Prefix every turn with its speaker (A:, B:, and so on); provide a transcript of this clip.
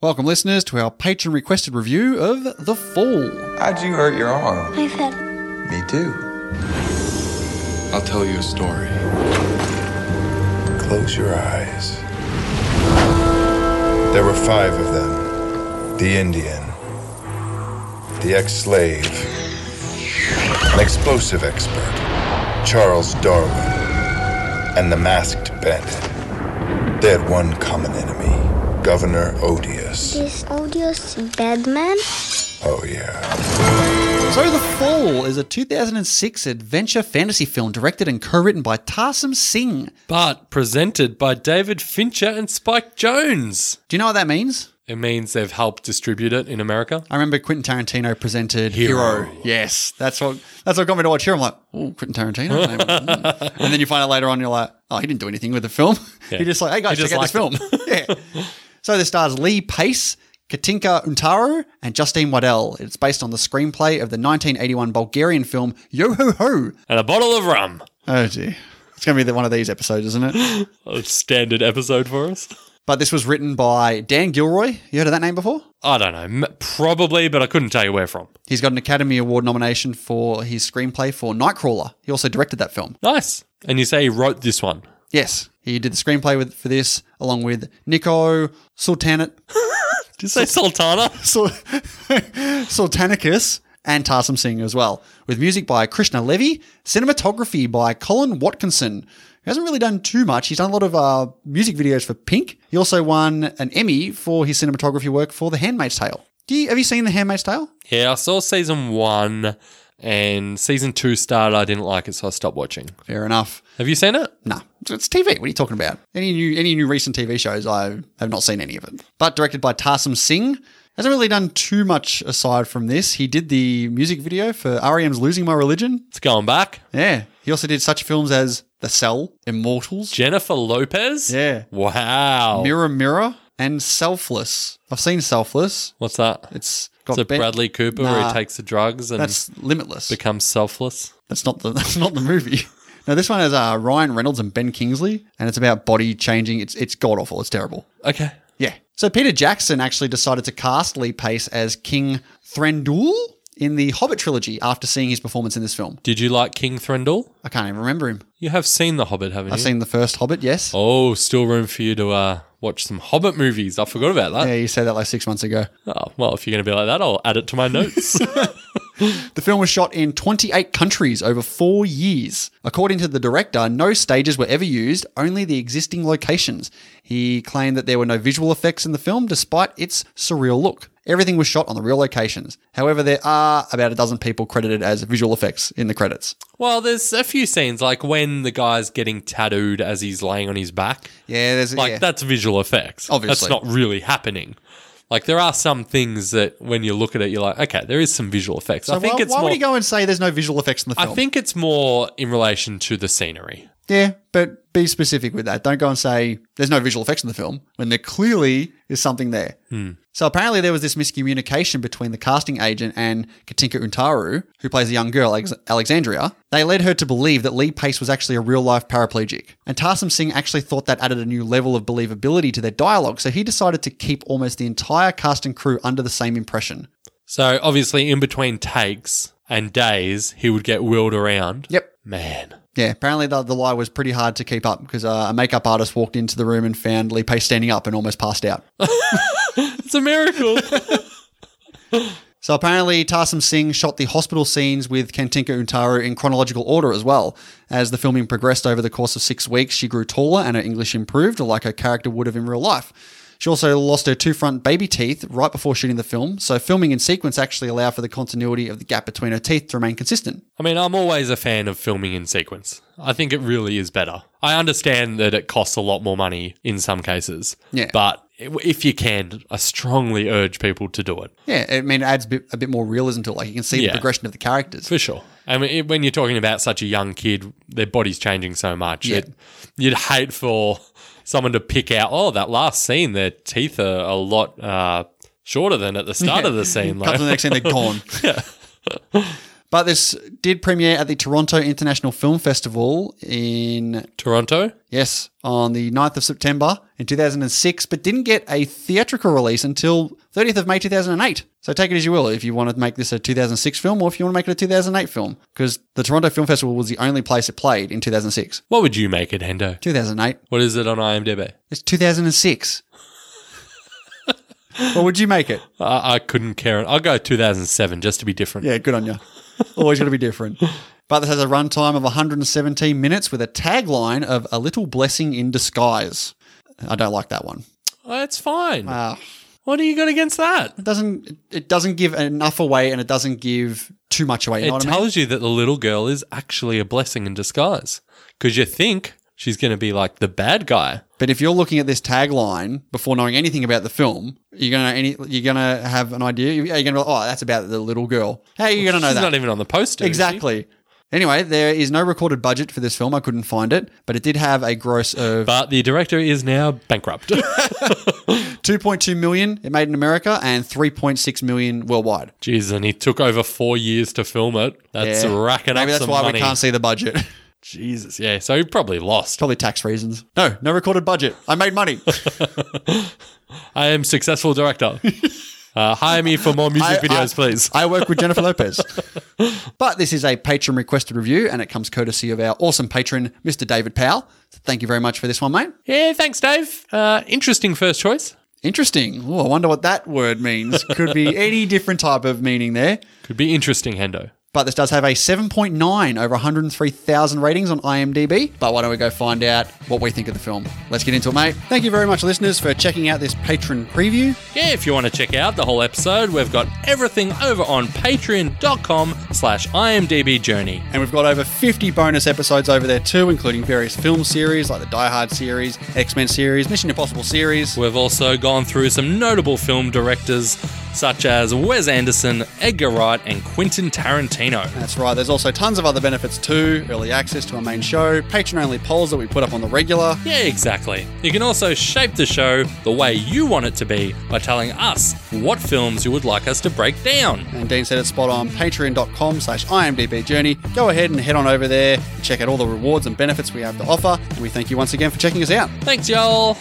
A: Welcome, listeners, to our patron requested review of The Fall.
B: How'd you hurt your arm?
C: I've had.
B: Me too.
D: I'll tell you a story.
E: Close your eyes. There were five of them the Indian, the ex slave, an explosive expert, Charles Darwin, and the masked bandit. They had one common enemy Governor Odious.
C: This odious bad man.
E: Oh, yeah.
A: So, The Fall is a 2006 adventure fantasy film directed and co written by Tarsim Singh.
F: But presented by David Fincher and Spike Jones.
A: Do you know what that means?
F: It means they've helped distribute it in America.
A: I remember Quentin Tarantino presented Hero.
F: Hero.
A: Yes, that's what that's what got me to watch Hero. I'm like, oh, Quentin Tarantino. Mm. and then you find out later on, you're like, oh, he didn't do anything with the film.
F: Yeah.
A: You're just like, hey guys,
F: He
A: check
F: just
A: out this film. yeah. So this stars Lee Pace, Katinka Untaro, and Justine Waddell. It's based on the screenplay of the 1981 Bulgarian film Yo Ho Ho.
F: And a bottle of rum.
A: Oh dear, it's going to be the- one of these episodes, isn't it?
F: A standard episode for us.
A: But this was written by Dan Gilroy. You heard of that name before?
F: I don't know. M- Probably, but I couldn't tell you where from.
A: He's got an Academy Award nomination for his screenplay for Nightcrawler. He also directed that film.
F: Nice. And you say he wrote this one.
A: Yes, he did the screenplay with for this along with Nico Sultanit
F: Did you say Sultana?
A: Sul- Sultanicus and Tarsim Singh as well, with music by Krishna Levy, cinematography by Colin Watkinson, who hasn't really done too much. He's done a lot of uh, music videos for Pink. He also won an Emmy for his cinematography work for The Handmaid's Tale. Do you, have you seen The Handmaid's Tale?
F: Yeah, I saw season one and season two started. I didn't like it, so I stopped watching.
A: Fair enough.
F: Have you seen it?
A: Nah, it's TV. What are you talking about? Any new any new recent TV shows? I have not seen any of it. But directed by Tarsim Singh, hasn't really done too much aside from this. He did the music video for REM's "Losing My Religion."
F: It's going back.
A: Yeah, he also did such films as The Cell, Immortals,
F: Jennifer Lopez?
A: Yeah.
F: Wow.
A: Mirror Mirror, and Selfless. I've seen Selfless.
F: What's that?
A: It's got
F: It's a
A: Ben-
F: Bradley Cooper where
A: Nah,
F: he takes the drugs and
A: That's Limitless.
F: becomes selfless.
A: That's not the that's not the movie. No, this one has uh, Ryan Reynolds and Ben Kingsley, and it's about body changing. It's it's god awful. It's terrible.
F: Okay.
A: Yeah. So Peter Jackson actually decided to cast Lee Pace as King Thranduil in the Hobbit trilogy after seeing his performance in this film.
F: Did you like King Threndel?
A: I can't even remember him.
F: You have seen The Hobbit, haven't
A: I've
F: you?
A: seen the first Hobbit, yes.
F: Oh, still room for you to uh, watch some Hobbit movies. I forgot about
A: Yeah,
F: that.
A: you said that like six months ago.
F: Oh, well, if you're going to be like that, I'll add it to my notes.
A: The film was shot in 28 countries over four years. According to the director, no stages were ever used, only the existing locations. He claimed that there were no visual effects in the film despite its surreal look. Everything was shot on the real locations. However, there are about a dozen people credited as visual effects in the credits.
F: well, there's a few scenes, like when the guy's getting tattooed as he's laying on his back.
A: Yeah, there's
F: Like,
A: yeah.
F: that's visual effects.
A: Obviously.
F: That's not really happening. Like, there are some things that when you look at it, you're like, okay, there is some visual effects.
A: So
F: I think
A: why,
F: it's
A: why
F: more.
A: would he go and say there's no visual effects in the film?
F: I think it's more in relation to the scenery.
A: yeah, but be specific with that. Don't go and say there's no visual effects in the film when there clearly is something there.
F: Hmm.
A: So apparently there was this miscommunication between the casting agent and Katinka Untaru, who plays a young girl, Alex- Alexandria. They led her to believe that Lee Pace was actually a real-life paraplegic. And Tarsim Singh actually thought that added a new level of believability to their dialogue, so he decided to keep almost the entire cast and crew under the same impression.
F: So obviously, in between takes and days, he would get wheeled around.
A: Yep.
F: Man.
A: Yeah, apparently the, the lie was pretty hard to keep up because uh, a makeup artist walked into the room and found Lee Pace standing up and almost passed out.
F: It's a miracle.
A: so apparently Tarsim Singh shot the hospital scenes with Kantinka Untaru in chronological order as well. As the filming progressed over the course of six weeks, she grew taller and her English improved like her character would have in real life. She also lost her two front baby teeth right before shooting the film, so filming in sequence actually allowed for the continuity of the gap between her teeth to remain consistent.
F: I mean, I'm always a fan of filming in sequence. I think it really is better. I understand that it costs a lot more money in some cases.
A: Yeah.
F: But i- if you can, I strongly urge people to do it
A: Yeah, I mean, it adds a bit, a bit more realism to it. Like you can see
F: Yeah.
A: the progression of the characters.
F: for sure. I mean, it, when you're talking about such a young kid, their body's changing so much.
A: Yeah.
F: It, you'd hate for someone to pick out, oh, that last scene, their teeth are a lot uh, shorter than at the start of the scene.
A: Cut to the next scene, they're gone. But this did premiere at the Toronto International Film Festival in,
F: Toronto?
A: yes, on the 9th of September in 2006, but didn't get a theatrical release until 30th of May 2008. So take it as you will if you want to make this a 2006 film or if you want to make it a 2008 film, because the Toronto Film Festival was the only place it played in 2006.
F: What would you make it, Hendo?
A: 2008.
F: What is it on IMDb?
A: It's 2006. what would you make it?
F: I, I couldn't care. I'll go 2007 just to be different.
A: Yeah, good on you. Always got to be different. But this has a runtime of 117 minutes with a tagline of "A little blessing in disguise." I don't like that one.
F: Oh, That's fine.
A: Ah.
F: What do you got against that?
A: It doesn't it doesn't give enough away, and it doesn't give too much away. You know
F: it
A: what I mean?
F: tells you that the little girl is actually a blessing in disguise because you think she's going to be like the bad guy.
A: But if you're looking at this tagline before knowing anything about the film, you're gonna any, you're gonna have an idea. You're gonna be like, oh, that's about the little girl. How are you gonna know
F: she's
A: that?
F: not even on the poster. is she?
A: exactly. Anyway, there is no recorded budget for this film. I couldn't find it, but it did have a gross of
F: But the director is now bankrupt.
A: 2.2 million it made in America and 3.6 million worldwide.
F: Jeez, and he took over four years to film it. That's
A: Yeah.
F: racking up
A: Maybe that's
F: some
A: why
F: money.
A: we can't see the budget.
F: Jesus, yeah. So he probably lost.
A: Probably tax reasons. No, no recorded budget. I made money.
F: I am successful director. uh, hire me for more music
A: I-
F: videos,
A: I-
F: please.
A: I work with Jennifer Lopez. but this is a patron requested review and it comes courtesy of our awesome patron, Mr. David Powell. So thank you very much for this one, mate.
F: yeah, thanks, Dave. Uh, interesting first choice.
A: Interesting. Oh, I wonder what that word means. Could be any different type of meaning there.
F: Could be interesting, Hendo.
A: But this does have a 7.9 over 103,000 ratings on IMDb. But why don't we go find out what we think of the film? Let's get into it, mate. Thank you very much, listeners, for checking out this patron preview.
F: Yeah, if you want to check out the whole episode, we've got everything over on patreon.com slash IMDB Journey.
A: And we've got over 50 bonus episodes over there, too, including various film series like the Die Hard series, X Men series, Mission Impossible series.
F: We've also gone through some notable film directors such as Wes Anderson, Edgar Wright, and Quentin Tarantino.
A: That's right. There's also tons of other benefits, too early access to our main show, patron only polls that we put up on the regular.
F: Yeah, exactly. You can also shape the show the way you want it to be by telling us what films you would like us to break down.
A: And Dean said it's spot on. Patreon.com slash IMDB Journey. Go ahead and head on over there. Check out all the rewards and benefits we have to offer. And we thank you once again for checking us out.
F: Thanks, y'all.